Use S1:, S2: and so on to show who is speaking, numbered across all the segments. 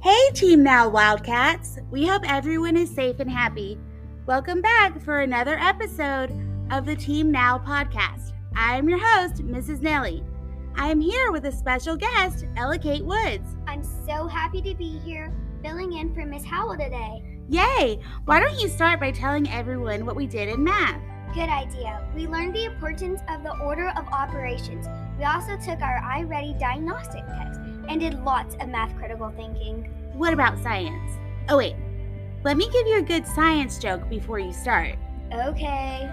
S1: Hey, Team Now Wildcats! We hope everyone is safe and happy. Welcome back for another episode of the Team Now podcast. I am your host, Mrs. Nelly. I am here with a special guest, Ella Kate Woods.
S2: I'm so happy to be here filling in for Miss Howell today.
S1: Yay! Why don't you start by telling everyone what we did in math?
S2: Good idea. We learned the importance of the order of operations. We also took our iReady diagnostic test and did lots of math critical thinking.
S1: What about science? Oh, wait. Let me give you a good science joke before you start.
S2: Okay.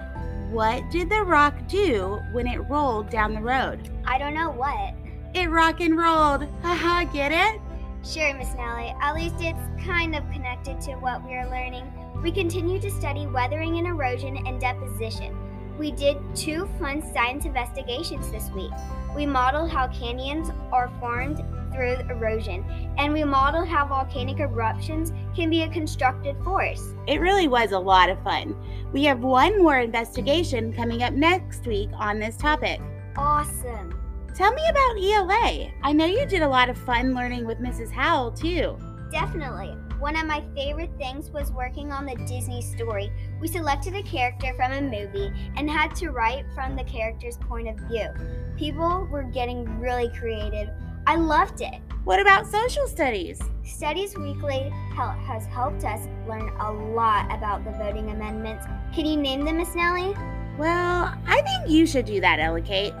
S1: What did the rock do when it rolled down the road?
S2: I don't know what.
S1: It rock and rolled. Haha, get it?
S2: Sure, Miss Nellie. At least it's kind of connected to what we are learning. We continue to study weathering and erosion and deposition. We did two fun science investigations this week. We modeled how canyons are formed through erosion, and we modeled how volcanic eruptions can be a constructed force.
S1: It really was a lot of fun. We have one more investigation coming up next week on this topic.
S2: Awesome.
S1: Tell me about ELA. I know you did a lot of fun learning with Mrs. Howell, too.
S2: Definitely. One of my favorite things was working on the Disney story. We selected a character from a movie and had to write from the character's point of view. People were getting really creative. I loved it.
S1: What about social studies?
S2: Studies Weekly hel- has helped us learn a lot about the voting amendments. Can you name them, Miss Nellie?
S1: Well, I think you should do that, Ella Kate.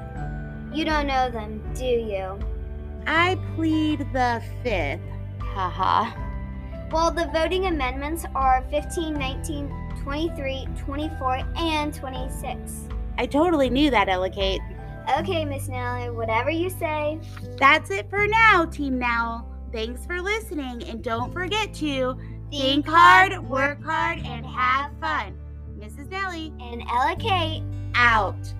S2: You don't know them, do you?
S1: I plead the fifth. Haha.
S2: Well, the voting amendments are 15, 19, 23, 24, and 26.
S1: I totally knew that, Ella Kate.
S2: Okay, Miss Nellie, whatever you say.
S1: That's it for now, Team Now. Thanks for listening, and don't forget to think hard, work hard, and have fun. Mrs. Nelly,
S2: And Ella Kate.
S1: out.